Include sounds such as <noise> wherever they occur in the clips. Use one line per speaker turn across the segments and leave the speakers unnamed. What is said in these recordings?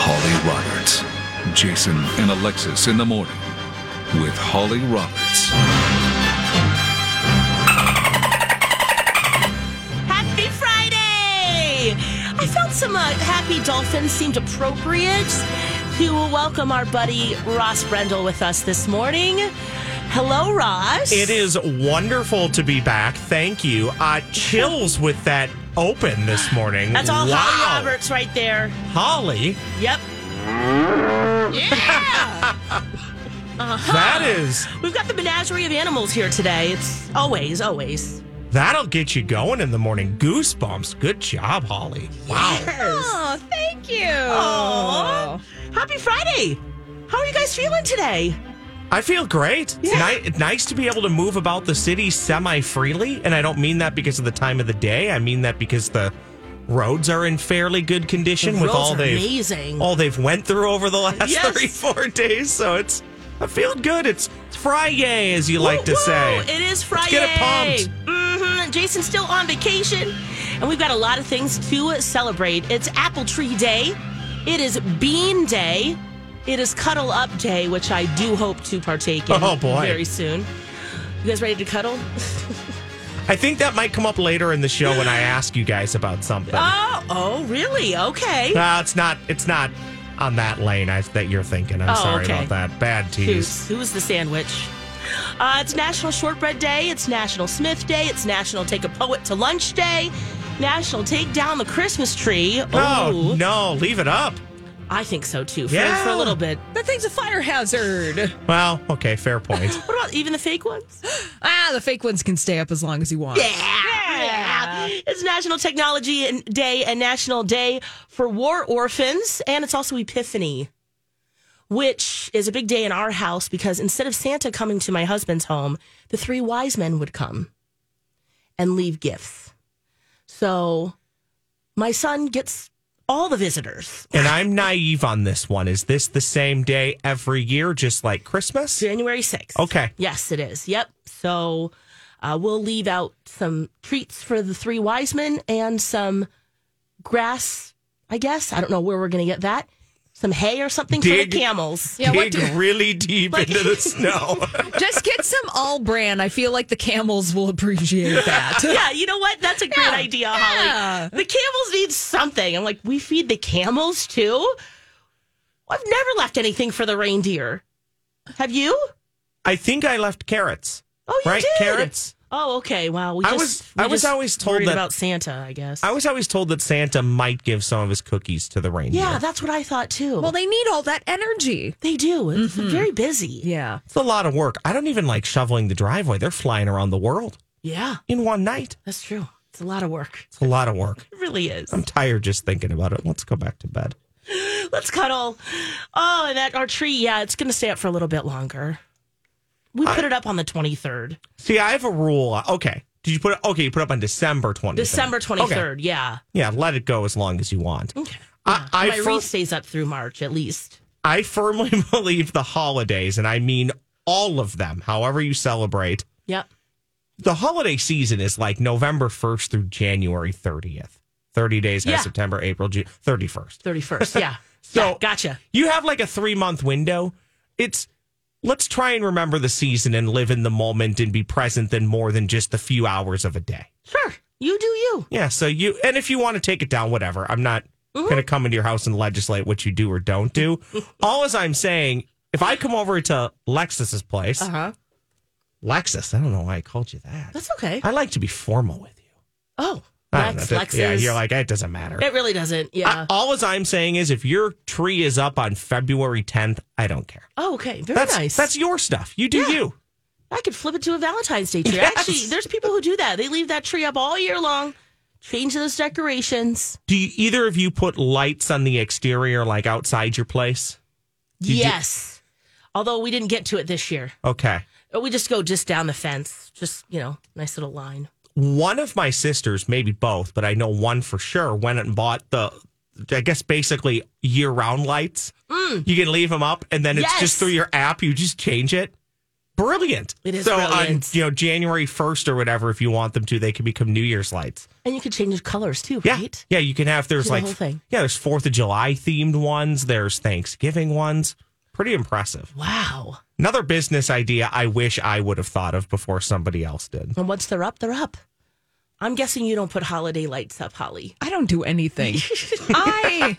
Holly Roberts. Jason and Alexis in the morning with Holly Roberts.
Happy Friday! I felt some uh, happy dolphins seemed appropriate to welcome our buddy Ross Brendel with us this morning. Hello, Ross.
It is wonderful to be back. Thank you. Uh, chills with that open this morning.
That's all
wow.
Holly Roberts right there.
Holly,
Yep. Yeah!
that is
We've got the menagerie of animals here today. It's always, always.
that'll get you going in the morning. Goosebumps. Good job, Holly. Wow.
Oh, thank you. Aww. Happy Friday. How are you guys feeling today?
I feel great. It's ni- nice to be able to move about the city semi freely, and I don't mean that because of the time of the day. I mean that because the roads are in fairly good condition
The
with
roads
all
are
they've
amazing.
all they've went through over the last
Yes.
three four days. So it's I feel good. It's Friday, as you like to
Woo, woo,
say.
It is Friday.
Let's get it pumped.
hmm Jason's still on vacation, and we've got a lot of things to celebrate. It's Apple Tree Day. It is Bean Day. It is Cuddle Up Day, which I do hope to partake in
Oh, boy.
very soon. You guys ready to cuddle?
I think that might come up later in the show when I ask you guys about something.
Oh, oh, really? Okay.
No, it's not. It's not on that lane I, that you're thinking. I'm
Oh,
sorry
okay.
about that. Bad
Who's,
tease.
who's the sandwich? Uh, it's National Shortbread Day. It's National Smith Day. It's National Take a Poet to Lunch Day. National Take Down the Christmas Tree.
Oh
Ooh.
no, leave it up.
I think so too. For,
Yeah.
for a little bit.
That thing's a fire hazard.
Well, okay, fair point.
<laughs> What about even the fake ones?
Ah, the fake ones can stay up as long as you want.
Yeah. It's National Technology and- Day and National Day for War Orphans, and it's also Epiphany, which is a big day in our house because instead of Santa coming to my husband's home, the three wise men would come and leave gifts. So my son gets all the visitors.
and I'm naive on this one. Is this the same day every year, just like Christmas?
January 6th.
Okay.
Yes, it is. Yep. So uh, we'll leave out some treats for the three wise men and some grass, I guess. I don't know where we're going to get that. Some hay or something
Dig.
for the
<laughs>
camels.
Yeah, what
Dig really deep
<laughs>
into the snow.
Just get some all brand. I feel like the camels will appreciate that.
<laughs> Yeah, you know what? That's a great idea,
Yeah.
Holly. The camels need something. I'm like, we feed the camels too? I've never left anything for the reindeer. Have you?
I think I left carrots.
Oh, you
right,
did.
carrots.
Oh, okay. Wow. We
I
just,
was-
we
I was
just
always told
worried
that-
about Santa. I guess.
I was always told that Santa might give some of his cookies to the reindeer.
yeah, that's what I thought too.
well, they need all that energy.
They do. It's very busy.
Yeah.
It's a lot of work. I don't even like shoveling the driveway. They're flying around the world
Yeah,
in one night.
that's true. It's a lot of work.
It's a lot of work.
It really is. <laughs>
I'm tired just thinking about it. Let's go back to bed.
Let's cuddle. Oh, and that our tree. Yeah, it's going to stay up for a little bit longer. We put it up on the 23rd,
See, I have a rule. Okay. Did you put it? Okay, you put it up on December 23rd.
December 23rd.
Okay.
Yeah.
Yeah, let it go as long as you want.
Okay.
I, I
My
fir-
wreath stays up through March at least.
I firmly <laughs> believe the holidays, and I mean all of them, however you celebrate,
Yep.
the holiday season is like November 1st through January 30th. 30 days by
Yeah.
September, April, June,
<laughs>
31st.
31st. Yeah.
So-
Yeah, gotcha.
You have like a three month window. It's let's try and remember the season and live in the moment and be present than more than just the few hours of a day.
Sure. You do you.
Yeah. So you, and if you want to take it down, whatever. I'm not going to come into your house and legislate what you do or don't do. All as I'm saying, if I come over to Lexus's place,
huh.
Lexus, I don't know why I called you that.
That's okay.
I like to be formal with you.
Oh,
I don't
Lex,
know, that-
Lexus.
Yeah, you're like, Ah, it doesn't matter.
It really doesn't. Yeah.
I- all as I'm saying is if your tree is up on February 10th, I don't care.
oh, okay. Very
That's
nice.
that's your stuff. You do you.
I could flip it to a Valentine's Day tree.
Yes.
Actually, there's people who do that. They leave that tree up all year long, change those decorations.
Do you, either of you put lights on the exterior, like outside your place? you do-
yes. Although we didn't get to it this year.
Okay.
Uh, We just go just down the fence. Just, you know, nice little line.
One of my sisters, maybe both, but I know one for sure, went and bought the, I guess, basically year round lights. You can leave them up, and then it's
Mm. Yes.
just through your app, you just change it. Brilliant.
It is
so on
brilliant.
you know January first or whatever, if you want them to, they can become New Year's lights.
And you could change the colors too,
Yeah,
right?
yeah. You can have there's
Do the
like
whole thing.
yeah, there's Fourth of July themed ones. There's Thanksgiving ones. Pretty impressive.
Wow.
Another business idea I wish I would have thought of before somebody else did.
And once they're up, they're up. I'm guessing you don't put holiday lights up, Holly.
I don't do
<laughs>
anything. I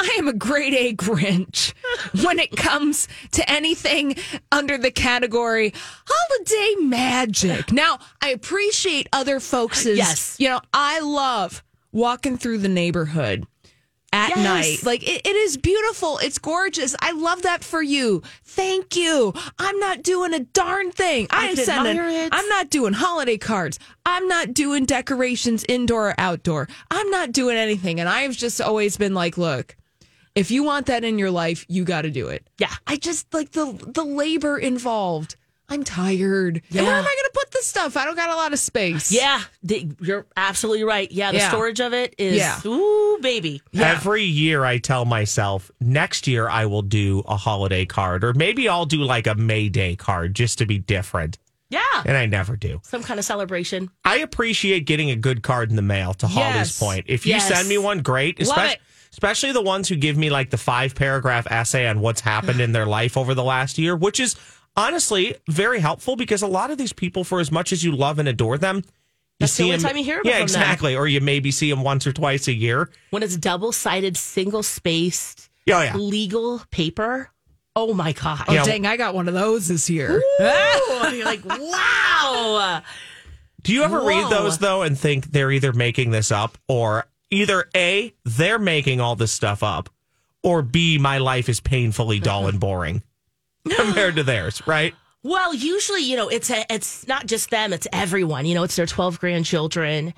I am a grade A Grinch when it comes to anything under the category holiday magic. Now, I appreciate other folks'
Yes.
you know, I love walking through the neighborhood at
Yes.
night. Like it, it is beautiful. It's gorgeous. I love that for you. Thank you. I'm not doing a darn thing. I,
I
am
can
sending
admire it.
I'm not doing holiday cards. I'm not doing decorations indoor or outdoor. I'm not doing anything. And I've just always been like, look, if you want that in your life, you got to do it.
Yeah.
I just like the the labor involved. I'm tired. And where
Yeah.
am I going to put this stuff? I don't got a lot of space.
Yeah, the, you're absolutely right. Yeah, the
Yeah.
storage of it is
Yeah.
ooh baby.
Every year I tell myself next year I will do a holiday card or maybe I'll do like a May Day card just to be different.
Yeah.
And I never do.
Some kind of celebration.
I appreciate getting a good card in the mail to Holly's
Yes.
point. If you
Yes.
send me one, great.
Love
Espec-
it.
Especially the ones who give me like the five paragraph essay on what's happened in their life over the last year, which is honestly very helpful because a lot of these people, for as much as you love and adore them, you
That's the
see
only
them.
time you hear from
yeah,
them.
exactly. Or you maybe see them once or twice a year.
When it's double sided, single spaced,
Yeah, yeah.
legal paper. Oh my god.
Oh,
Yeah.
dang, I got one of those this year.
<laughs> Oh, you're like, wow.
Do you ever read
Whoa.
those though and think they're either making this up or either A, they're making all this stuff up, or B, my life is painfully
Mm-hmm.
dull and boring compared to theirs, right?
Well, usually, you know, it's a, it's not just them, it's everyone. You know, it's their 12 grandchildren.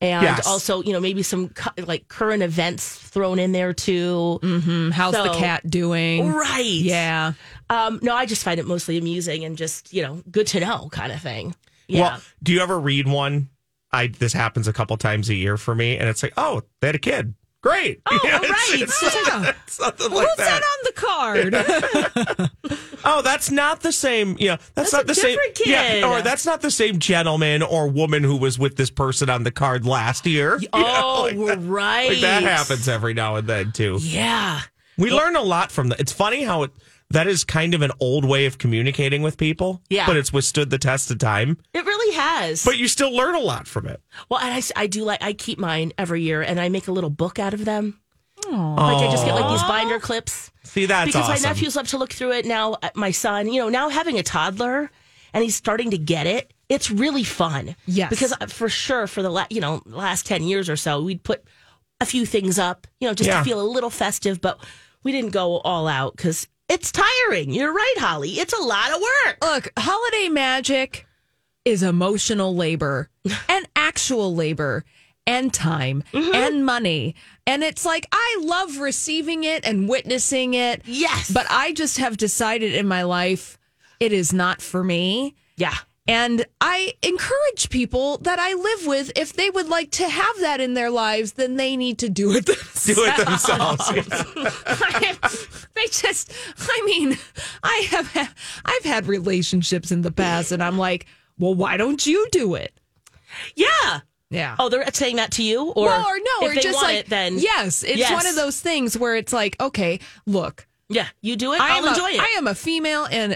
And
Yes.
also, you know, maybe some cu- like current events thrown in there too.
Mm-hmm.
Mm, How's the
So-
cat doing?
Right.
Yeah.
Um, no, I just find it mostly amusing and just, you know, good to know kind of thing. <gasps> Yeah.
Well, do you ever read one? I this happens a couple times a year for me, and it's like, oh, they had a kid. Great. <laughs>
Oh,
You know,
all
it's-
right.
it's
Yeah.
something like
What's
that.
that on the
<laughs>
card?
Oh, that's not the same. Yeah, that's,
That's
not
a
the same.
different kid.
Yeah, or that's not the same gentleman or woman who was with this person on the card last year. You know,
oh,
like
we're right.
Like that happens every now and then too.
Yeah.
We learn a lot from that. It's funny how it, that is kind of an old way of communicating with people.
Yeah.
But it's withstood the test of time.
It really has.
But you still learn a lot from it.
well, and I, s- I do like, I keep mine every year and I make a little book out of them. Like I just get like these binder clips.
See, that's
because
awesome.
my nephews love to look through it now uh, my son you know now having a toddler and he's starting to get it it's really fun
Yes.
because uh, for sure for the la- you know last 10 years or so we'd put a few things up you know just
Yeah.
to feel a little festive but we didn't go all out because it's tiring you're right holly it's a lot of work
Oh.
Look, holiday magic is emotional labor and actual labor and time and money. And it's like, I love receiving it and witnessing it.
yes
But I just have decided in my life, it is not for me.
yeah
And I encourage people that I live with, if they would like to have that in their lives, then they need to do it <laughs> themselves.
Do it themselves.
<laughs> they just, I mean, I have, ha- I've had relationships in the past, and I'm like, well, why don't you do it?
Yeah.
Yeah.
Oh, they're saying that to you, or
well, or no,
if
or
they
just
want
like
it, then
yes, it's
Yes.
one of those things where it's like, okay, look,
Yeah, you do it.
I
I'll
am a-
enjoy it.
I am a female in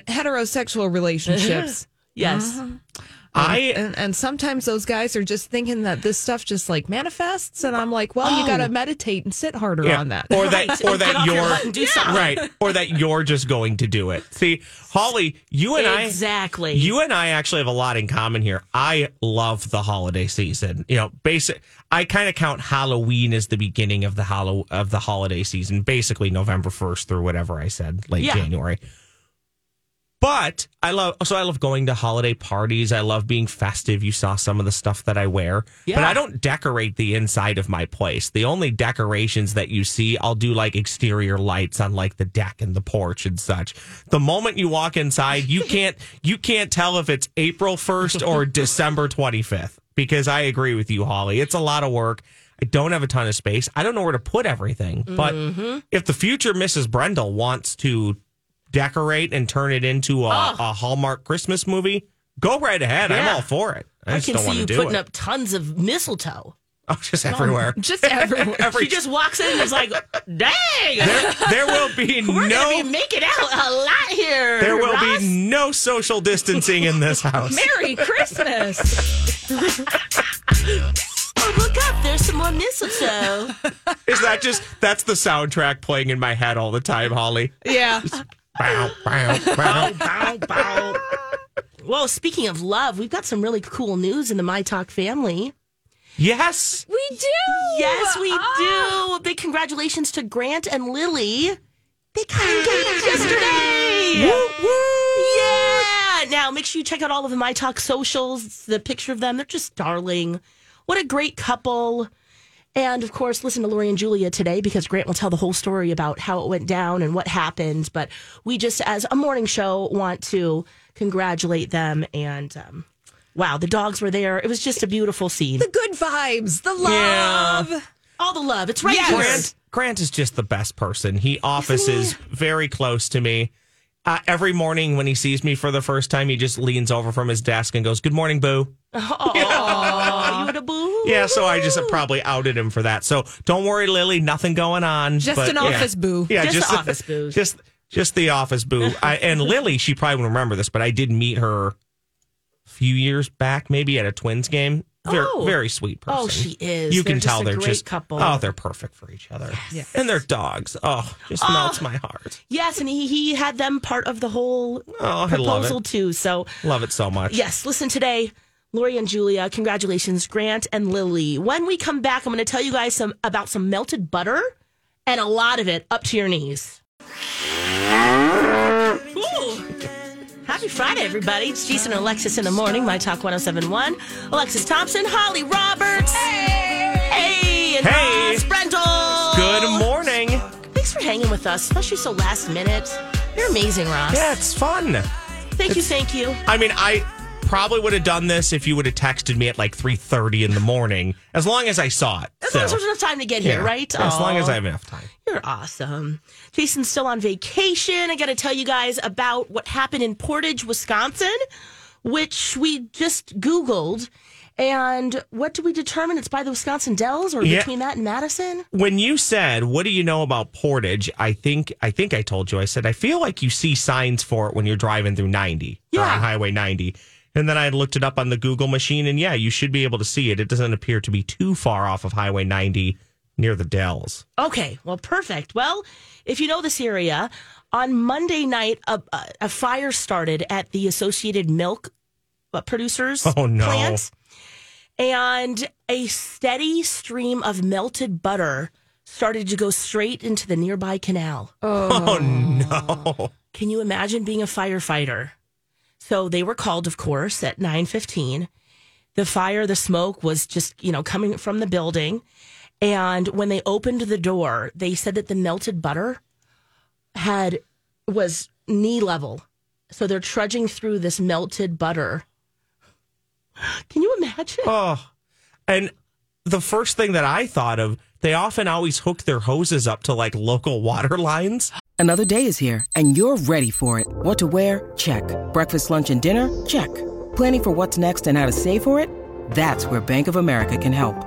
<laughs>
heterosexual relationships.
yes.
Uh-huh.
I
and, and sometimes those guys are just thinking that this stuff just like manifests and i'm like well you got to meditate and sit harder
Oh. yeah.
on that
or that
Right.
or
Get
that
off your
you're
butt and do something.
right or that you're just going to do it. See, Holly, you and I
Exactly.
You and I actually have a lot in common here. I love the holiday season. You know, basic. I kind of count Halloween as the beginning of the hollow of the holiday season, basically November first through whatever I said, late
Yeah.
January. But I love so I love going to holiday parties. I love being festive. You saw some of the stuff that I wear. But
Yeah.
I don't decorate the inside of my place. The only decorations that you see, I'll do like exterior lights on like the deck and the porch and such. The moment you walk inside, you can't <laughs> you can't tell if it's April 1st or December 25th because I agree with you, Holly. It's a lot of work. I don't have a ton of space. I don't know where to put everything. But if the future Mrs. Brendel wants to decorate and turn it into a, a Hallmark Christmas movie, go right ahead. I'm
Yeah.
all for it. I,
I
just
can
don't
see
want to
you
do
putting
it. <laughs>
up tons of mistletoe.
oh, just everywhere.
<laughs> just everyone
<laughs> Every,
She just walks in and is like, <laughs> dang,
there, there will be
<laughs> we're
no
going to be making out a lot here.
there will
Ross.
be no social distancing in this house.
merry christmas
Oh, look up. There's some more mistletoe. <laughs>
Is that just that's the soundtrack playing in my head all the time, Holly?
yeah
Bow, bow, bow, bow, bow.
<laughs> Well, speaking of love, we've got some really cool news in the My Talk family.
Yes.
we do
Yes, we do. Big congratulations to Grant and Lily. They got engaged yesterday. Yeah. Now make sure you check out all of the My Talk socials. It's the picture of them. They're just darling. What a great couple. And of course, listen to Lori and Julia today because Grant will tell the whole story about how it went down and what happened. But we just, as a morning show, want to congratulate them. And um, wow, the dogs were there. It was just a beautiful scene.
the good vibes the love
All the love. It's right
Yes.
here.
Grant Grant is just the best person. He offices very close to me. Uh, every morning when he sees me for the first time, he just leans over from his desk and goes, "Good morning, Boo."
Are you in a boo?
Yeah, so I just uh, probably outed him for that. So don't worry, Lily. Nothing going on.
Just
but
an
yeah.
office boo.
Yeah,
Just the office boo.
Just just the
<laughs>
office boo. I, and Lily, she probably won't remember this, but I did meet her a few years back, maybe at a Twins game. Very,
Oh.
very sweet person.
Oh, she is.
You
They're
can
just
tell
a
they're
great
just
couple.
Oh, they're perfect for each other. And they're dogs. Oh, just
Ah.
melts my heart.
Yes, and he, he had them part of the whole
Oh, I love
proposal
it.
too. So
Love it so much.
yes, listen today. Lori and Julia, congratulations, Grant and Lily. When we come back, I'm going to tell you guys some about some melted butter and a lot of it up to your knees. Ooh. Happy Friday, everybody. It's Jason and Alexis in the morning, My Talk 1071. Alexis Thompson, Holly Roberts. Hey! and
Hey.
Ross Brendel.
Good morning.
Thanks for hanging with us, especially so last minute. You're amazing, Ross.
Yeah, it's fun.
Thank you, thank you.
I mean, I probably would have done this if you would have texted me at like 3.30 in the morning, as long as I saw it.
As
So,
long as there's enough time to get here,
yeah.
right?
Yeah, as long as
Aw,
I have enough time.
You're awesome. Jason's still on vacation. I got to tell you guys about what happened in Portage, Wisconsin, which we just Googled. And what did we determine? It's by the Wisconsin Dells or
Yeah.
between that and Madison?
When you said, what do you know about Portage? I think I think I told you, I said, I feel like you see signs for it when you're driving through 90 or
Yeah.
on Highway 90. And then I looked it up on the Google machine, and yeah, you should be able to see it. It doesn't appear to be too far off of Highway 90 near the Dells.
Okay, well, perfect. Well, if you know this area, on Monday night, a, a, a fire started at the Associated Milk uh, Producers
Oh, no.
plant, and a steady stream of melted butter started to go straight into the nearby canal.
Oh, no.
Can you imagine being a firefighter? So they were called, of course, at 9:15. The fire, the smoke was just, you know, coming from the building. And when they opened the door, they said that the melted butter had was knee level. So they're trudging through this melted butter <gasps> Can you imagine?
Oh, and the first thing that I thought of, they often always hook their hoses up to like local water lines.
Another day is here, and you're ready for it. What to wear? Check. Breakfast, lunch, and dinner? Check. Planning for what's next and how to save for it? That's where Bank of America can help.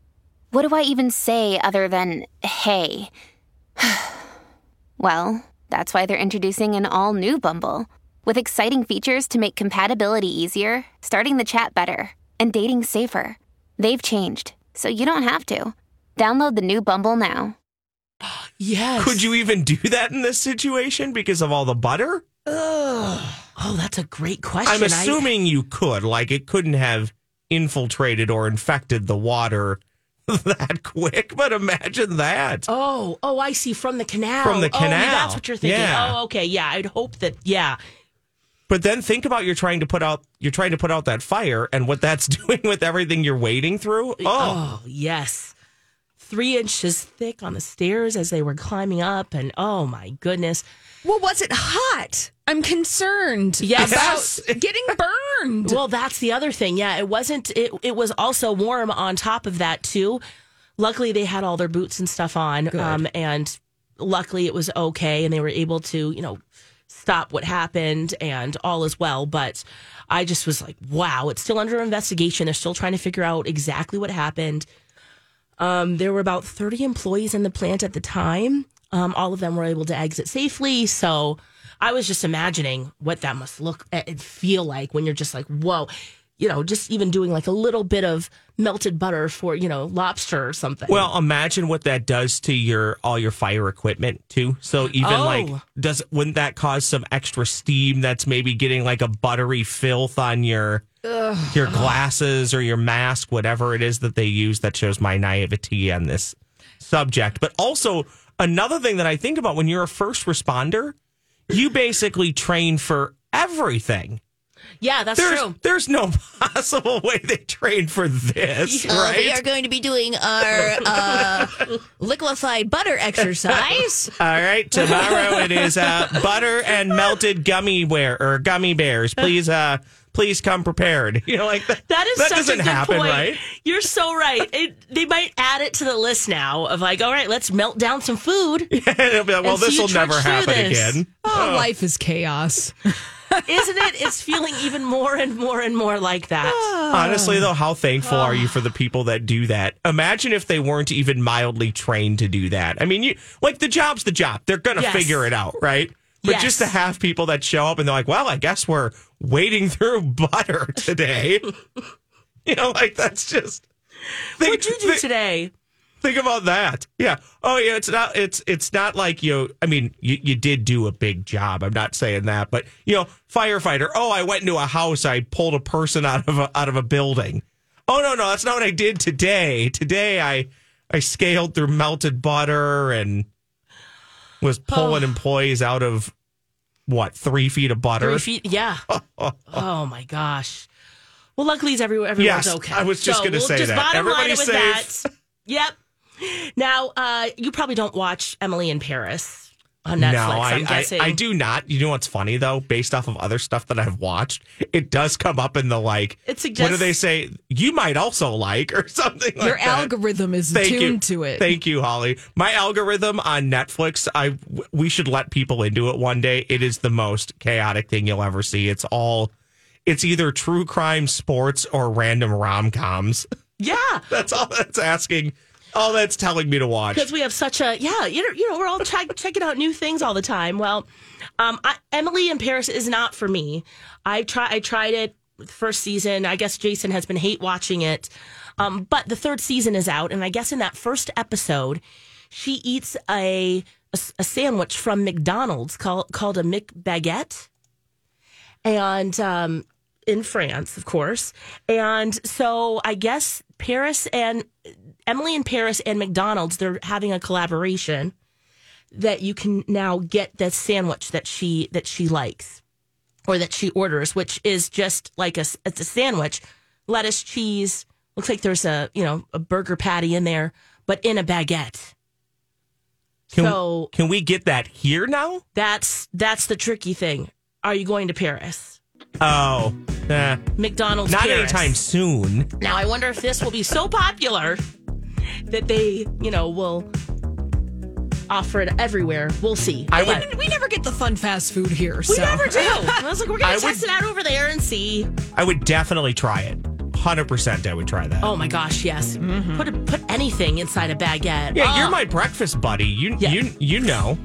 what do I even say other than hey? well, that's why they're introducing an all new Bumble with exciting features to make compatibility easier, starting the chat better, and dating safer. They've changed, so you don't have to. Download the new Bumble now.
yes.
Could you even do that in this situation because of all the butter?
Oh, that's a great question.
I'm
I-
assuming you could. Like it couldn't have infiltrated or infected the water <laughs> that quick, but imagine that.
Oh, oh, I see. From the canal.
From the
Oh, yeah,
canal.
that's what you're thinking.
Yeah.
Oh, okay. Yeah, I'd hope that. Yeah.
But then think about you're trying to put out you're trying to put out that fire and what that's <laughs> doing with everything you're wading through. Oh,
Oh, yes. Three inches thick on the stairs as they were climbing up, and oh my goodness.
Well, was it hot? I'm concerned
Yes.
<laughs>
about getting burned.
Well, that's the other thing. Yeah, it wasn't. It it was also warm on top of that too. Luckily, they had all their boots and stuff on, um, and luckily it was okay, and they were able to you know stop what happened and all is well. But I just was like, wow, it's still under investigation. They're still trying to figure out exactly what happened. Um, there were about thirty employees in the plant at the time. Um, all of them were able to exit safely, so. I was just imagining what that must look a- and feel like when you're just like, whoa, you know, just even doing like a little bit of melted butter for, you know, lobster or something.
Well, imagine what that does to your all your fire equipment too. So even
Oh.
like does wouldn't that cause some extra steam that's maybe getting like a buttery filth on your your glasses or your mask, whatever it is that they use that shows my naivety on this subject. But also another thing that I think about when you're a first responder, you basically train for everything.
yeah, that's
There's
true.
there's no <laughs> possible way they train
<laughs>
for this, right?
We are going to be doing our uh, liquefied butter exercise.
All right, tomorrow it is uh, butter and melted gummy wear or gummy bears. Please, uh, please come prepared. <laughs> You know, like that.
<laughs> That is
that
such
doesn't
a good
happen,
point.
right? <laughs>
You're so right. It, they might add it to the list now of like, all right, let's melt down some food.
And it'll be like, well,
And so
this
you
will never
trudge through
happen
this.
again.
oh, life is chaos.
Isn't it? It's feeling even more and more and more like
Ah.
that.
Honestly, though, how thankful are
Ah.
you for the people that do that? Imagine if they weren't even mildly trained to do that. I mean, you like the job's the job; they're gonna
Yes.
figure it out, right? But
Yes.
just to have people that show up and they're like, "Well, I guess we're wading through <laughs> butter today," <laughs> you know, like that's just.
What'd you do
think-
today?
Think about that. Yeah. Oh yeah. It's not. It's it's not like you. I mean, you, you did do a big job. I'm not saying that, but you know, firefighter. Oh, I went into a house. I pulled a person out of a, out of a building. Oh no, no, that's not what I did today. Today I I scaled through melted butter and was
Oh.
pulling employees out of what three feet of butter.
Three feet?
<laughs>
Yeah. oh my gosh. Well, luckily, it's everywhere. Everyone's
Yes,
okay.
I was just
so
gonna
we'll
say
just
that.
Bottom line
Everybody's
with that.
safe.
Yep. Now, uh, you probably don't watch Emily in Paris on
No,
Netflix.
I,
am
I-
guessing.
I, do not. You know what's funny though? Based off of other stuff that I've watched, it does come up in the like.
It suggests-
what do they say? You might also like or something.
Your
like that.
algorithm is
Thank
tuned
you.
to it.
Thank you, Holly. My algorithm on Netflix. I w- we should let people into it one day. It is the most chaotic thing you'll ever see. It's all. It's either true crime, sports, or random rom coms.
Yeah,
<laughs> That's all that's asking. All that's telling me to watch.
because we have such a yeah. You know, you know, we're all check, <laughs> checking out new things all the time. Well, um, I, Emily in Paris is not for me. I try. I tried it first season. I guess Jason has been hate watching it. Um, but the third season is out, and I guess in that first episode, she eats a a, s- a sandwich from McDonald's called called a McBaguette, and um, in France, of course. And so I guess Paris and Emily in Paris and McDonald's, they're having a collaboration that you can now get the sandwich that she that she likes or that she orders, which is just like a s- it's a sandwich, lettuce, cheese. Looks like there's a you know a burger patty in there, but in a baguette.
Can,
so
can we get that here now?
that's that's the tricky thing. Are you going to Paris?
Oh, eh,
McDonald's.
not
Paris.
anytime soon.
Now I wonder if this will be so popular that they, you know, will offer it everywhere. We'll see.
I would-
But
We never get the fun fast food here.
we
so.
never
<laughs>
do. I was like, we're gonna
I would-
test it out over there and see.
I would definitely try it. Hundred percent, I would try that.
Oh my gosh, yes. Put a, put anything inside a baguette.
Mm-hmm. yeah,
Oh,
you're my breakfast buddy. You
Yeah.
you you know.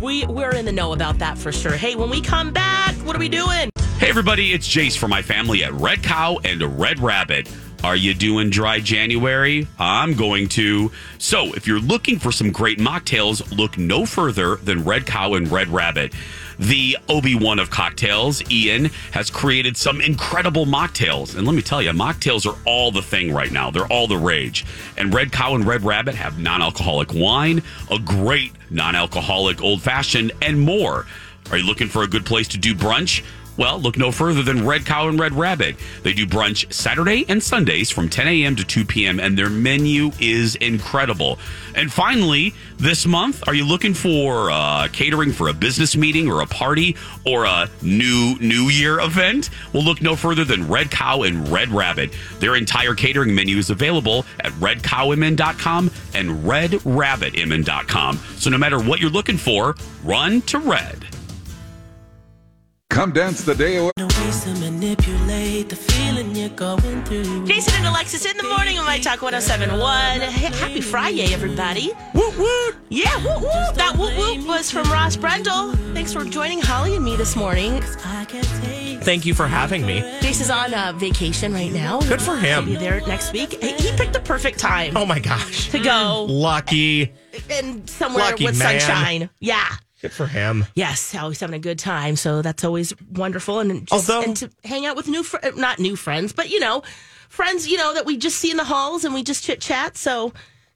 We we're in the know about that for sure. Hey, when we come back, what are we doing?
Hey, everybody, it's Jace for my family at Red Cow and Red Rabbit. Are you doing dry January? I'm going to. So, if you're looking for some great mocktails, look no further than Red Cow and Red Rabbit. The Obi Wan of cocktails, Ian, has created some incredible mocktails. And let me tell you, mocktails are all the thing right now, they're all the rage. And Red Cow and Red Rabbit have non alcoholic wine, a great non alcoholic old fashioned, and more. Are you looking for a good place to do brunch? Well, look no further than Red Cow and Red Rabbit. They do brunch Saturday and Sundays from 10 a.m. to 2 p.m., and their menu is incredible. And finally, this month, are you looking for uh, catering for a business meeting or a party or a new New Year event? Well, look no further than Red Cow and Red Rabbit. Their entire catering menu is available at redcowmn.com and redrabbitmn.com. So no matter what you're looking for, run to Red.
Come dance the day away.
Jason and Alexis in the morning on My Talk 1071. Hey, happy Friday, everybody.
Woot woot.
Yeah, whoop whoop. That whoop whoop was from Ross Brendel. Thanks for joining Holly and me this morning.
Thank you for having me.
Jason's on uh, vacation right now.
Good for
He'll be
him.
there next week. He he picked the perfect time
Oh my gosh.
to go
Lucky.
and somewhere
Lucky
with
man.
sunshine. Yeah.
Good for him.
Yes, always having a good time. So that's always wonderful. And just
Although-
and to hang out with new, fr- uh, not new friends, but you know, friends, you know, that we just see in the halls and we just chit chat. So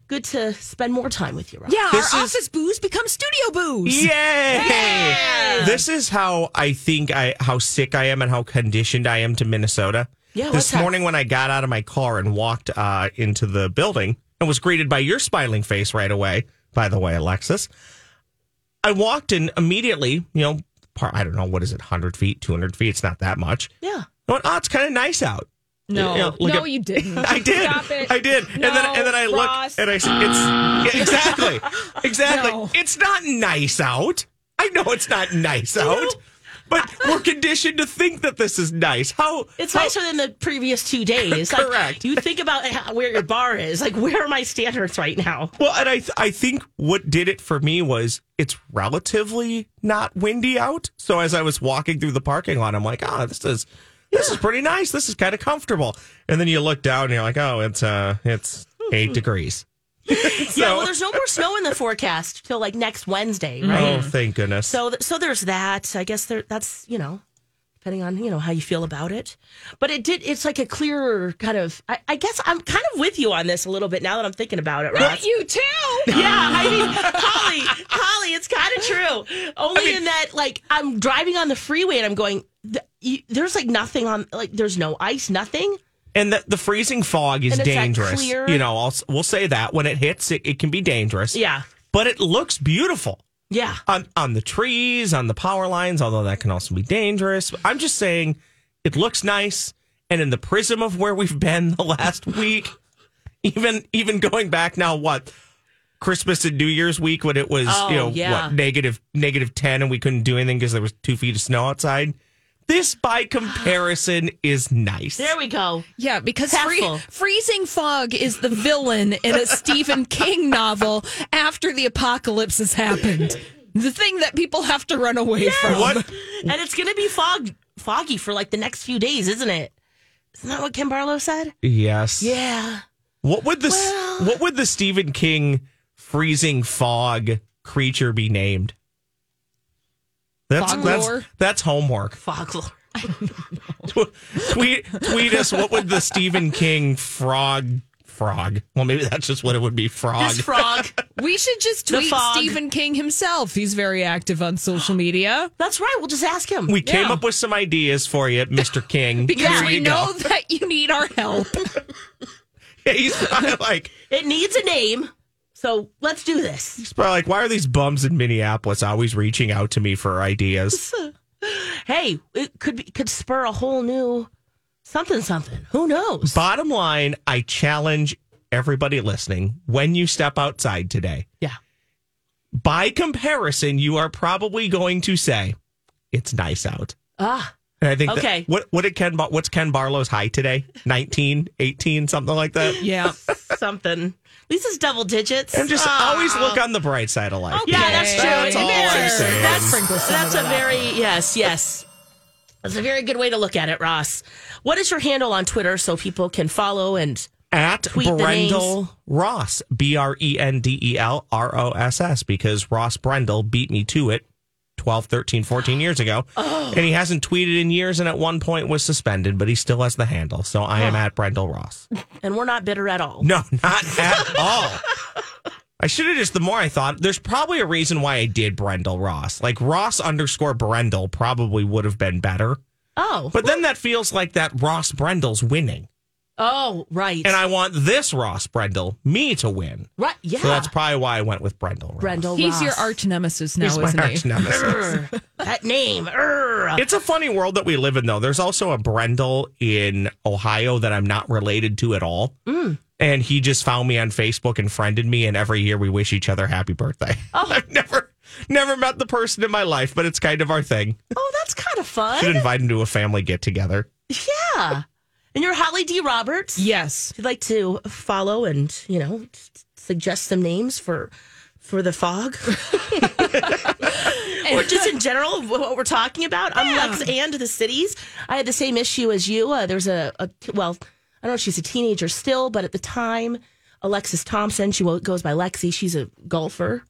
good to spend more time with you, Ross.
Yeah,
This
our
is-
office booze becomes studio booze.
Yay! This is how I think I how sick I am and how conditioned I am to Minnesota.
Yeah, what's
this
that?
morning when I got out of my car and walked uh, into the building and was greeted by your smiling face right away. By the way, Alexis, I walked in immediately. You know, par- I don't know what is it, hundred feet, two hundred feet. It's not that much.
Yeah.
I went, oh, it's kind of nice out.
No,
You know, look
no,
at-
<laughs>
you didn't.
Mm. I did.
Stop it.
I did. and then
No,
and then I
Ross.
looked and I s- it's yeah, exactly. Exactly.
No.
It's not nice out. I know it's not nice out. But we're conditioned to think that this is nice. How
It's
how-
nicer than the previous two days. Like,
Correct.
you think about how, where your bar is. Like, where are my standards right now?
Well, and I th- I think what did it for me was it's relatively not windy out. So as I was walking through the parking lot, I'm like, ah, this is this is pretty nice. This is kind of comfortable. And then you look down and you're like, oh, it's uh, it's eight degrees. <laughs>
Yeah, well, there's no more snow in the forecast till like next Wednesday, right?
Oh, thank goodness.
So, th- so there's that. I guess there. That's you know, depending on you know how you feel about it. But it did. It's like a clearer kind of. I, I guess I'm kind of with you on this a little bit now that I'm thinking about it, Ross.
You too.
<laughs>
<laughs>
Yeah, I mean, Holly, Holly, it's kind of true. Only in that, like, I'm driving on the freeway and I'm going. th- you, there's like nothing on. Like, there's no ice, nothing.
And the, the freezing fog is
And it's that
dangerous.
clear-
You know, I'll, s- we'll say that when it hits, it, it can be dangerous.
Yeah.
But it looks beautiful
Yeah.
on, on the trees, on the power lines, although that can also be dangerous. I'm just saying it looks nice. And in the prism of where we've been the last <laughs> week, even even going back now, what? Christmas and New Year's week when it was,
Oh,
you know,
yeah.
what, negative, negative 10 and we couldn't do anything because there was two feet of snow outside. This, by comparison, is nice.
There we go.
Yeah, because
Tassel.
free, freezing fog is the villain in a
<laughs>
Stephen King novel after the apocalypse has happened. The thing that people have to run away from.
What?
And it's going to be fog foggy for like the next few days, isn't it? Isn't that what Kim Barlow said?
Yes.
Yeah.
What would the
Well-
what would the Stephen King freezing fog creature be named? That's
Fog
that's
lore?
that's homework.
Fog lord.
tweet tweet us what would the Stephen King frog frog? Well, maybe that's just what it would be frog.
This frog.
We should just
The
tweet
fog.
Stephen King himself. He's very active on social media
<laughs> That's right. We'll just ask him.
We came
Yeah.
up with some ideas for you, Mr. King.
<laughs> because
Here
we
you
know
go.
that you need our help.
<laughs> he's probably like
it needs a name. So let's do this.
he's probably like, why are these bums in Minneapolis always reaching out to me for ideas?
Hey, it could be, could spur a whole new something something. Who knows?
Bottom line, I challenge everybody listening: when you step outside today,
Yeah.
by comparison, you are probably going to say, "It's nice out."
Ah,
And I think that-
Okay.
what what did Ken Bar- what's Ken Barlow's high today? 19, 18, something like that.
yeah.
something. At least it's double digits.
And just
Ah.
always look on the bright side of life.
Yeah, that's true.
That's all I'm
That's-
saying.
Sprinkle some
That's
of
a
that
very yes, yes. That's a very good way to look at it, Ross. What is your handle on Twitter so people can follow and
At
Tweet the
Brendel Ross, B R E N D E L R O S S, because Ross Brendel beat me to it 12, 13, 14
<gasps>
years ago.
Oh.
And he hasn't tweeted in years and at one point was suspended, but he still has the handle. So I am at Brendel Ross. <laughs>
and we're not bitter at all.
No, not at all. I should have just, the more I thought, there's probably a reason why I did Brendel Ross. Like Ross underscore Brendel probably would have been better.
Oh,
But then that feels like that Ross Brendel's winning.
oh, right,
And I want this Ross Brendel, me to win.
right, yeah.
So that's probably why I went with Brendel. Ross.
Brendel.
He's your
Ross.
arch nemesis now,
He's my
isn't
arch
he?
nemesis.
Urgh. that name. Urgh.
<laughs> it's a funny world that we live in, though. There's also a Brendel in Ohio that I'm not related to at all.
Mm.
And he just found me on Facebook and friended me. And every year we wish each other happy birthday. <laughs>
Oh.
I've never, never met the person in my life, but it's kind of our thing.
Oh, that's kind of
Should
fun.
invite him to a family get together.
Yeah. And you're Holly D. Roberts.
Yes.
If you'd like to follow and, you know, s- suggest some names for for the
<laughs>
fog or just in general wh- what we're talking about on lex and the cities i had the same issue as you uh, there's a, a well i don't know if she's a teenager still but at the time alexis thompson she wo- goes by lexi she's a golfer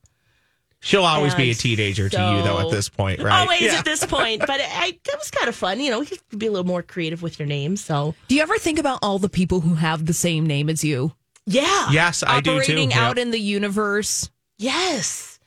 She'll always be a
And
teenager to you, though,
so-
at this point, right?
always
Yeah.
at this point but uh, I, it was kind of fun you know we could be a little more creative with your name so
Do you ever think about all the people who have the same name as you?
yeah
Yes, I do too.
Operating
Yeah.
out in the universe.
yes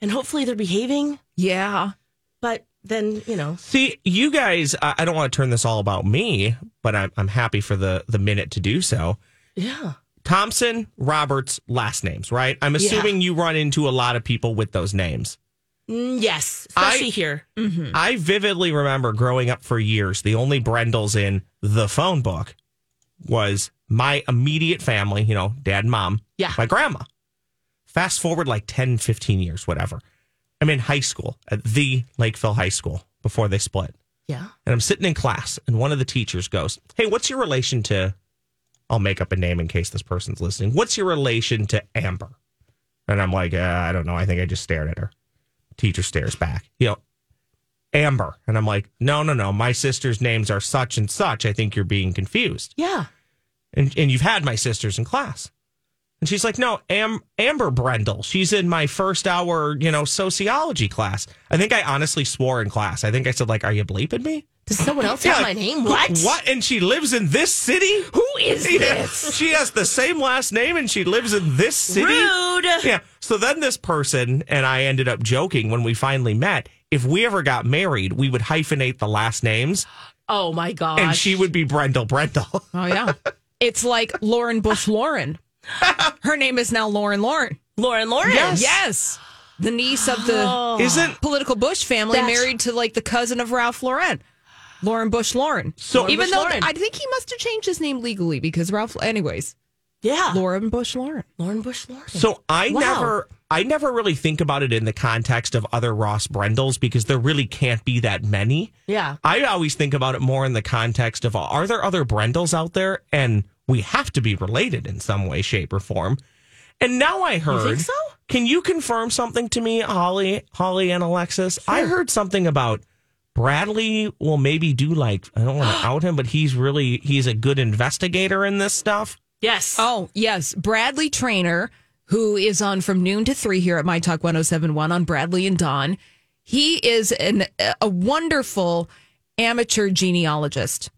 and hopefully they're behaving
Yeah.
but then you know
See, you guys, I I don't want to turn this all about me, but I'm, I'm happy for the, the minute to do so.
yeah
Thompson, Roberts, last names, right? I'm assuming you run into a lot of people with those names.
Mm, yes
I-
especially here Mm.
I vividly remember growing up for years, the only Brendels in the phone book was my immediate family, you know, dad, mom,
Yeah.
my grandma. Fast forward like 10, 15 years, whatever. I'm in high school at the Lakeville High School before they split.
yeah
and I'm sitting in class, and one of the teachers goes, "Hey, what's your relation to?" I'll make up a name in case this person's listening. What's your relation to Amber? And I'm like, uh, I don't know. I think I just stared at her. Teacher stares back. You know, Amber. And I'm like, no, no, no. My sister's names are such and such. I think you're being confused.
yeah
And and you've had my sisters in class. And she's like, no, Am- Amber Brendel. She's in my first hour, you know, sociology class. I think I honestly swore in class. I think I said like, are you bleeping me?
Does someone else
Yeah,
have my
like,
name?
who-
What?
What? And she lives in this city?
Who is
Yeah,
this?
She has the same last name and she lives in this city?
Rude.
Yeah. So then this person and I ended up joking when we finally met. If we ever got married, we would hyphenate the last names
Oh my gosh.
and she would be Brendel Brendel.
Oh, yeah. it's like Lauren Bush Lauren. Her name is now Lauren Lauren.
Lauren Lauren.
Yes. Oh. The niece of the
Oh.
Isn't
political Bush family
That's-
married to like the cousin of Ralph Lauren. Lauren Bush Lauren.
So- Lauren
even
Bush
though
Lauren.
I think he must have changed his name legally because Ralph anyways,
Yeah.
Lauren Bush Lauren.
Lauren Bush Lauren.
So I
Wow.
never I never really think about it in the context of other Ross Brendels because there really can't be that many.
Yeah.
I always think about it more in the context of are there other Brendels out there and we have to be related in some way shape or form. And now I heard
so?
Can you confirm something to me Holly Holly and Alexis? I heard something about Bradley will maybe do like I don't want to out him but he's really he's a good investigator in this stuff.
yes.
Oh, yes. Bradley Trainer, who is on from noon to three here at My Talk 1071 on Bradley and Dawn. He is an, a wonderful amateur genealogist.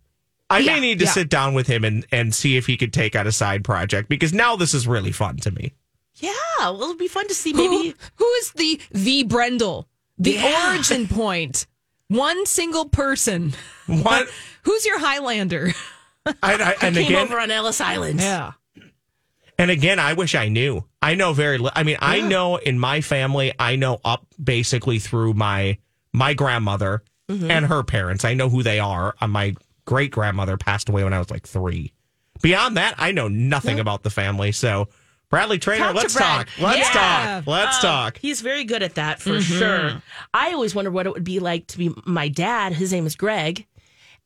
I
Yeah,
may need to
yeah.
sit down with him and, and see if he could take on a side project because now this is really fun to me.
Yeah, well, it'll be fun to see.
Who-
Maybe
who is the the Brendel? The
Yeah.
origin point. One single person.
What?
Who's your Highlander?
I, I- and
came
again,
over on Ellis Island.
and again, I wish I knew. I know very. Li- I mean, I know in my family, I know up basically through my my grandmother
Mm-hmm.
and her parents. I know who they are. Uh, my great grandmother passed away when I was like three. Beyond that, I know nothing about the family. So, Bradley Trainer,
Talk to
let's
Brad.
talk.
Yeah.
Let's talk. Let's
Um,
talk.
He's very good at that for
Mm-hmm.
sure. I always wondered what it would be like to be my dad. His name is Greg.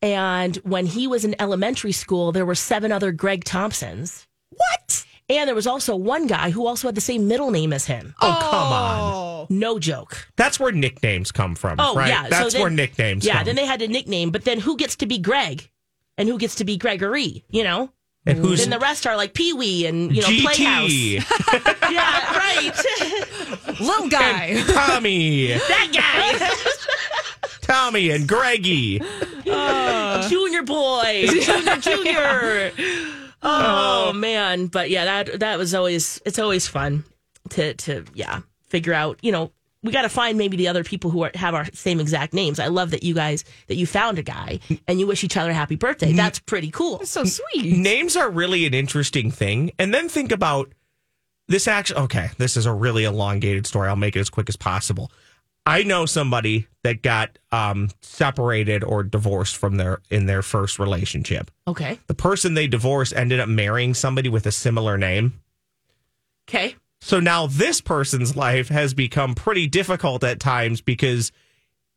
And when he was in elementary school, there were seven other Greg Thompsons. What? And there was also one guy who also had the same middle name as him. Oh,
Oh, come on.
No joke.
That's where nicknames come from,
Oh,
right?
yeah. So
That's
then-
where nicknames
yeah,
come
then they had a nickname, but then who gets to be Greg? And who gets to be Gregory? You know?
And who's
Then the rest are like Pee Wee and, you know, Playhouse. <laughs>
<laughs> GT?
yeah, right. <laughs>
Little guy.
Tommy,
that guy.
Tommy, and Greggy. Uh.
junior boy,
<laughs>
junior, junior. Oh man, but yeah, that that was always it's always fun to to yeah figure out. You know, we got to find maybe the other people who are, have our same exact names. I love that you guys that you found a guy and you wish each other happy birthday. That's pretty cool.
so sweet.
Names are really an interesting thing. And then think about this actually. Okay, this is a really elongated story. I'll make it as quick as possible. I know somebody that got um, separated or divorced from their in their first relationship.
Okay,
The person they divorced ended up marrying somebody with a similar name.
okay,
So now this person's life has become pretty difficult at times because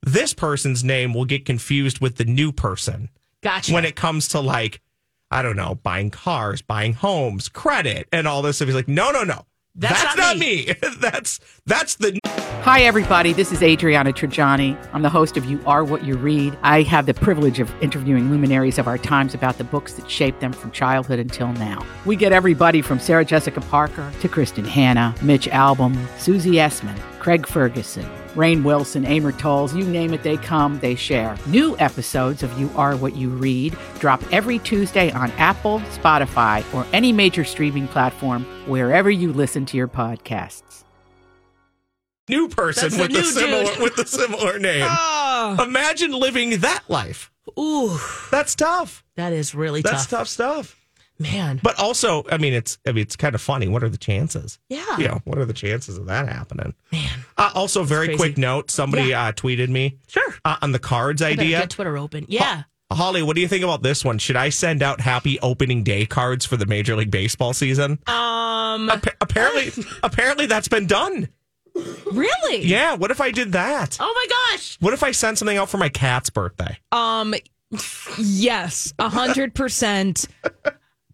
this person's name will get confused with the new person
gotcha.
<laughs> when it comes to like, I don't know, buying cars, buying homes, credit, and all this stuff. He's like, no, no, no.
That's not me."
<laughs> that's that's the
Hi, everybody. This is Adriana Trajani. I'm the host of You Are What You Read. I have the privilege of interviewing luminaries of our times about the books that shaped them from childhood until now. We get everybody from Sarah Jessica Parker to Kristen Hanna, Mitch Albom, Susie Essman, Craig Ferguson, Rain Wilson, Amor Tolls, you name it, they come, they share. New episodes of You Are What You Read drop every Tuesday on Apple, Spotify, or any major streaming platform wherever you listen to your podcasts.
new person
That's the
with the
new
similar
dude. Ah.
with the similar name. Imagine living that life.
Ooh,
That's tough.
that is really
That's
tough,
tough stuff.
man.
But also, I mean, it's I mean, it's kind of funny. What are the chances?
Yeah.
you know, what are the chances of that happening? Man. Uh, also, very
crazy.
quick note. Somebody uh, tweeted me
Sure.
uh, on the uh, cards
I better
idea.
get Twitter open. Yeah.
Holly, what do you think about this one? Should I send out happy opening day cards for the Major League Baseball season?
Um.
Appa- apparently,
<laughs>
apparently that's been done.
Really?
Yeah. What if I did that?
Oh my gosh.
What if I sent something out for my cat's birthday?
Um yes, a hundred percent.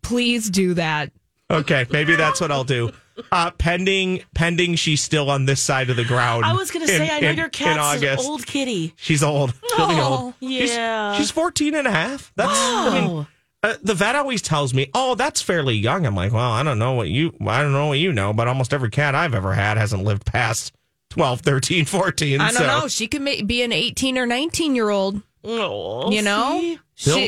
Please do that.
Okay, maybe that's what I'll do. Uh, pending, pending, she's still on this side of the ground.
I was gonna
in-
say I know
in-
your
in
cat's an
August.
old kitty.
She's old. She'll be
Oh,
old. She's-
yeah.
She's, 14 and a half. That's, I mean, uh, the vet always tells me, oh, that's fairly young. I'm like, well, I don't know what you, I don't know what you know, but almost every cat I've ever had hasn't lived past 12, 13, <laughs> 14.
I don't
so.
know. She can ma- be an eighteen or nineteen year old.
Oh,
You know,
see?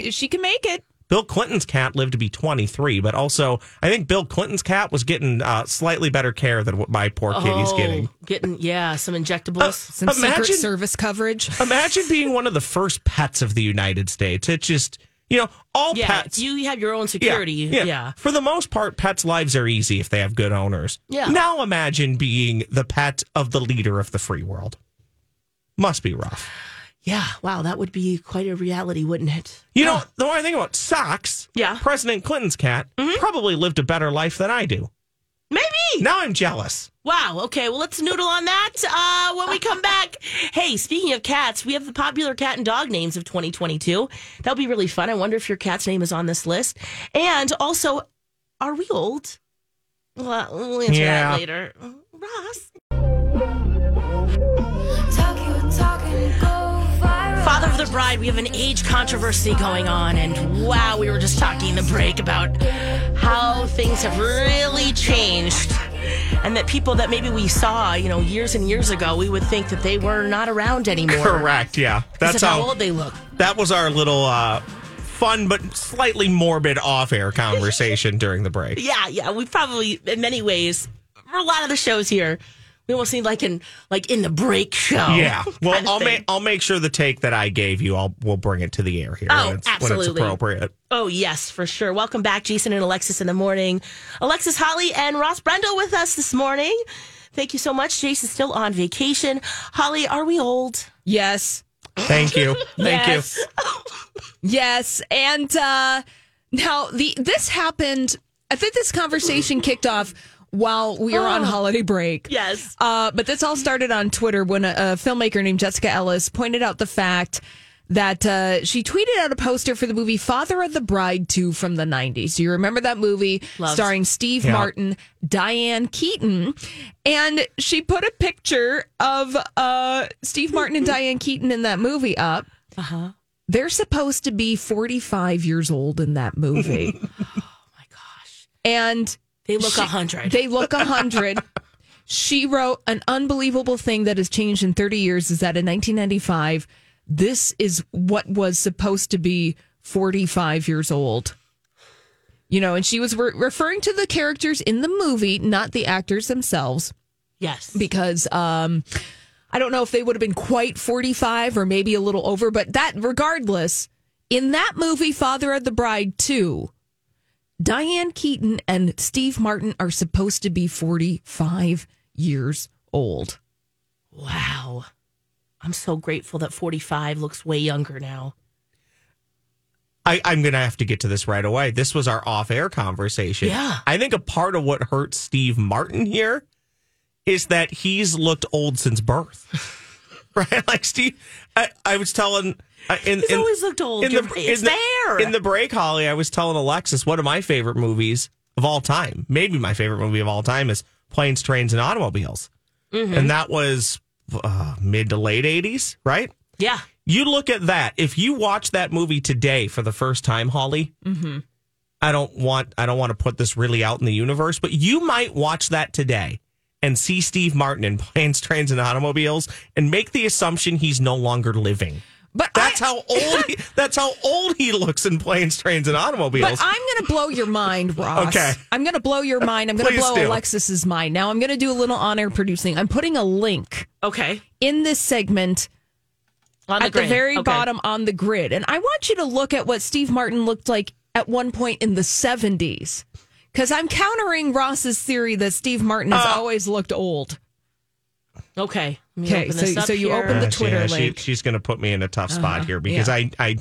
she she can make it.
Bill Clinton's cat lived to be 23, but also I think Bill Clinton's cat was getting uh, slightly better care than what my poor kitty's
Oh.
getting.
Oh, Getting yeah, some injectables.
Some
Imagine-
secret service coverage.
Imagine being one of the first pets of the United States. It just, you know, all
yeah,
pets.
you have your own security. Yeah,
For the most part, pets' lives are easy if they have good owners.
Yeah.
Now imagine being the pet of the leader of the free world. Must be rough.
Yeah, Wow, that would be quite a reality, wouldn't it?
You know, the more I think about socks,
Yeah. Mm-hmm.
President Clinton's cat probably lived a better life than I do.
Maybe.
Now I'm jealous.
Wow. Okay. Well, let's noodle on that uh, when we come back. Hey, speaking of cats, we have the popular cat and dog names of 2022. That'll be really fun. I wonder if your cat's name is on this list. And also, are we old? Well, we'll answer
Yeah.
that later. Ross. Father of the Bride, we have an age controversy going on, and wow, we were just talking in the break about how things have really changed and that people that maybe we saw, you know, years and years ago, we would think that they were not around anymore.
Correct. Yeah,
That's how, old they look.
That was our little uh, fun but slightly morbid off-air conversation during the break.
Yeah, yeah. We probably, in many ways, for a lot of the shows here, we almost need like an like in the break show.
Yeah. Well,
kind of
I'll
thing.
make I'll make sure the take that I gave you. I'll we'll bring it to the air here
Oh,
when, it's, when it's
absolutely.
appropriate.
Oh, yes, for sure. Welcome back, Jason and Alexis in the morning. Alexis Holly and Ross Brendel with us this morning. Thank you so much. Jason's still on vacation. Holly, are we old?
Yes.
<laughs>
Thank you. Thank
Yes. Yes, and uh, now the this happened. I think this conversation kicked off while we were on
Oh.
holiday break.
Yes.
uh, but this all started on Twitter when a, a filmmaker named Jessica Ellis pointed out the fact that uh, she tweeted out a poster for the movie Father of the Bride 2 from the 90s. Do you remember that movie
Loved.
starring Steve
Yeah.
Martin, Diane Keaton? And she put a picture of uh, Steve Martin and Diane Keaton in that movie up.
Uh huh.
They're supposed to be 45 years old in that movie. and
They look
She-
a hundred.
they look 100. she wrote an unbelievable thing that has changed in 30 years is that in 1995, this is what was supposed to be 45 years old. You know, and she was re- referring to the characters in the movie, not the actors themselves
yes.
because um I don't know if they would have been quite 45 or maybe a little over, but that regardless, in that movie Father of the Bride 2, Diane Keaton and Steve Martin are supposed to be 45 years old.
wow. I'm so grateful that 45 looks way younger now.
I, I'm going to have to get to this right away. This was our off air conversation.
Yeah.
I think a part of what hurts Steve Martin here is that he's looked old since birth. <laughs> right? Like, Steve, I, I was telling. I- In,
He's always looked old. You're right. It's
the,
there.
In the break, Holly, I was telling Alexis one of my favorite movies of all time, maybe my favorite movie of all time, is Planes, Trains, and Automobiles.
Mm-hmm.
And that was uh, mid to late 80s, right?
Yeah.
You look at that. If you watch that movie today for the first time, Holly,
Mm-hmm.
I don't want I don't want to put this really out in the universe, but you might watch that today and see Steve Martin in <laughs> Planes, Trains, and Automobiles and make the assumption he's no longer living.
But
That's
I,
how
<laughs>
old he, that's how old he looks in Planes, Trains, and Automobiles.
But I'm going to blow your mind, Ross.
Okay.
I'm going to blow your mind. I'm going to
Please
blow
do.
Alexis's mind. Now I'm going to do a little on-air producing. I'm putting a link
Okay.
in this segment
On the
at the
grid.
very
Okay.
bottom on the grid. And I want you to look at what Steve Martin looked like at one point in the 70s. Because I'm countering Ross's theory that Steve Martin has
Oh.
always looked old.
Okay. Let me
Okay,
open
so-
this up
so you
here.
open the
Yeah,
Twitter
she-
link. Uh-huh.
she's going to put me in a tough spot here because
yeah.
I I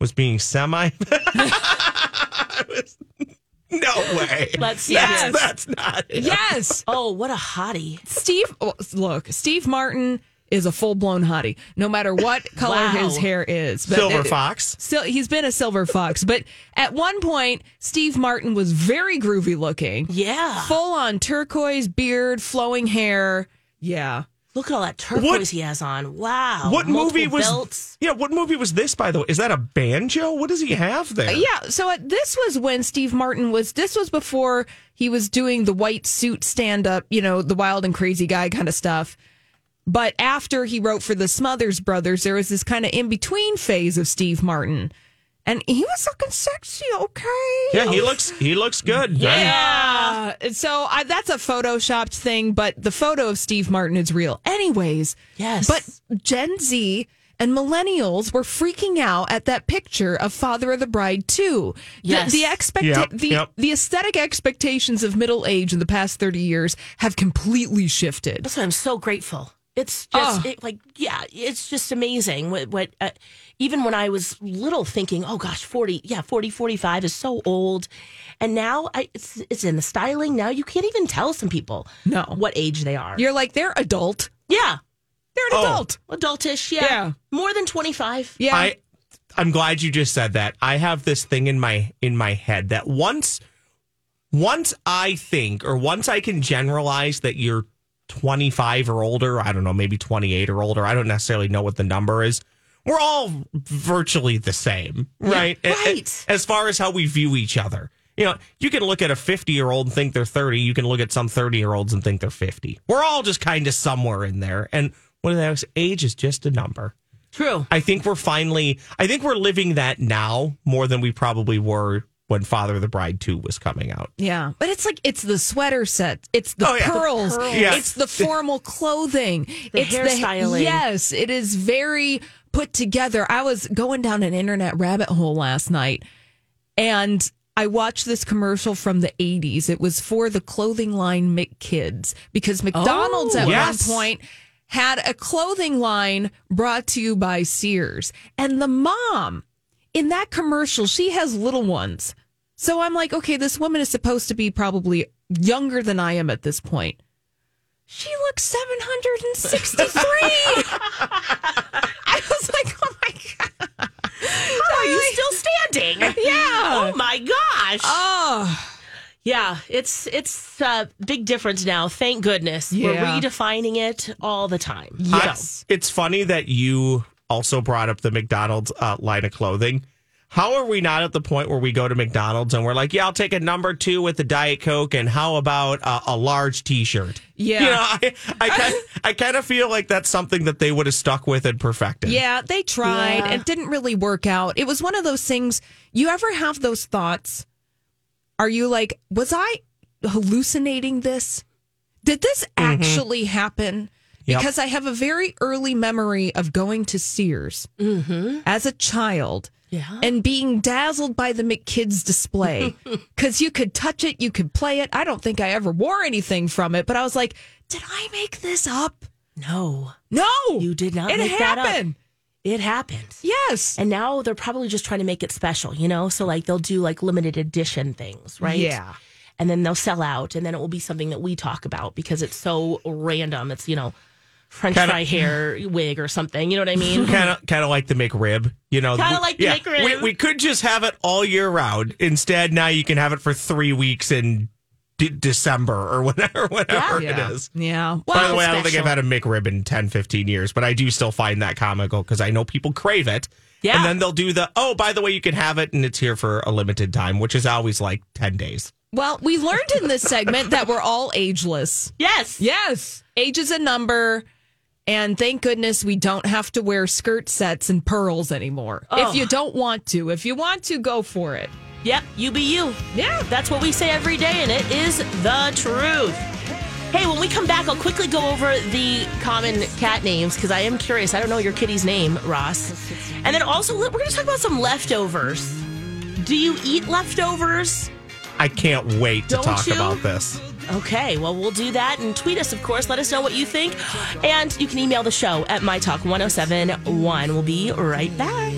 was being semi. <laughs> I was- <laughs> no way.
Let's see.
Yes.
That's not it.
Yes.
Oh, what a hottie.
Steve, oh, look, Steve Martin is a full blown hottie, no matter what
<laughs>
color
Wow.
his hair is. But
Silver
it-
Fox.
Still, he's been a silver fox, but at one point, Steve Martin was very groovy looking,
Yeah.
full on turquoise beard, flowing hair. Yeah,
Look at all that turquoise
What-
he has on. Wow.
What
Multiple
movie was?
belts.
Yeah, what movie was this? By the way, is that a banjo? What does he have there?
Yeah. So at, this was when Steve Martin was. This was before he was doing the white suit stand up. You know, the wild and crazy guy kind of stuff. But after he wrote for the Smothers Brothers, there was this kind of in between phase of Steve Martin, and he was looking sexy. Okay.
yeah, he looks he looks good.
Yeah. So I, that's a photoshopped thing, but the photo of Steve Martin is real. Anyways.
Yes.
But Gen Z and millennials were freaking out at that picture of Father of the Bride too. The-
Yes.
The, expect
Yep,
the
yep.
the aesthetic expectations of middle age in the past 30 years have completely shifted.
That's why I'm so grateful. It's just
Oh.
it, like, yeah, it's just amazing. What, what uh, even when I was little thinking, oh gosh, 40, yeah, 40, 45 is so old. And now I, it's, it's in the styling. Now you can't even tell some people
No.
what age they are.
You're like they're adult.
yeah.
They're an
Oh.
adult.
Adultish. Yeah.
Yeah.
More than 25.
Yeah.
I I'm glad you just said that. I have this thing in my in my head that once once I think or once I can generalize that you're 25 or older, I don't know, maybe 28 or older. I don't necessarily know what the number is. We're all virtually the same, right? A- a-
right.
As far as how we view each other. You know, you can look at a 50 year old and think they're 30. You can look at some 30 year olds and think they're 50. We're all just kind of somewhere in there. And one of those age is just a number.
True.
I think we're finally, I think we're living that now more than we probably were when Father of the Bride 2 was coming out.
Yeah, but it's like it's the sweater set, it's the
Oh, yeah. The
pearls,
pearls. Yeah.
it's the formal clothing,
The
it's
hairstyling.
yes, it is very put together. I was going down an internet rabbit hole last night, and I watched this commercial from the '80s. It was for the clothing line McKids because McDonald's at
Oh, yes.
one point had a clothing line brought to you by Sears, and the mom in that commercial, she has little ones. So I'm like, okay, this woman is supposed to be probably younger than I am at this point. She looks 763.
<laughs>
<laughs> I was like, oh my God.
How are you still standing?
<laughs> Yeah.
Oh my gosh.
Oh,
Yeah, it's it's a big difference now. Thank goodness. We're
Yeah.
redefining it all the time.
yes.
It's funny that you also brought up the McDonald's uh, line of clothing. How are we not at the point where we go to McDonald's and we're like, yeah, I'll take a number two with the Diet Coke, and how about uh, a large t shirt?
Yeah.
You know, I, I, kind, I kind of feel like that's something that they would have stuck with and perfected.
Yeah, they tried. It didn't really work out. It was one of those things you ever have those thoughts? Are you like, was I hallucinating this? Did this
Mm-hmm.
actually happen?
Yep.
Because I have a very early memory of going to Sears as a child
Mm-hmm. Yeah.
and being dazzled by the McKids display
<laughs>
because you could touch it, you could play it. I don't think I ever wore anything from it, but I was like, did I make this up?
No,
No,
You did not
It
make that up.
happened.
it happened.
Yes.
And now they're probably just trying to make it special, you know? So like they'll do like limited edition things, right?
Yeah.
And then they'll sell out and then it will be something that we talk about because it's so random. It's, you know, French
Kinda-
fry hair wig or something. You know what I mean?
Kind of, kind of like the McRib, you know.
Kinda
we-
like the McRib.
We, we could just have it all year round. Instead, now you can have it for three weeks in de- December or <laughs> whatever, whatever
yeah.
it is.
Yeah.
<laughs> By the
Well,
way, I don't think I've had a McRib in 10, 15 years, but I do still find that comical because I know people crave it.
Yeah.
And then they'll do the, oh, by the way, you can have it and it's here for a limited time, which is always like 10 days.
well, we learned in this segment that we're all ageless.
yes.
Yes. Age is a number. And thank goodness we don't have to wear skirt sets and pearls anymore.
Oh.
If you don't want to, if you want to, go for it.
Yep, you be you.
Yeah.
That's what we say every day, and it is the truth. Hey, when we come back, I'll quickly go over the common cat names because I am curious. I don't know your kitty's name, Ross. And then also, we're going to talk about some leftovers. Do you eat leftovers?
I can't wait to
Don't
talk
you?
about this.
Okay, well, we'll do that and tweet us, of course. Let us know what oh you think. And you can email the show at mytalk1071. We'll be right back.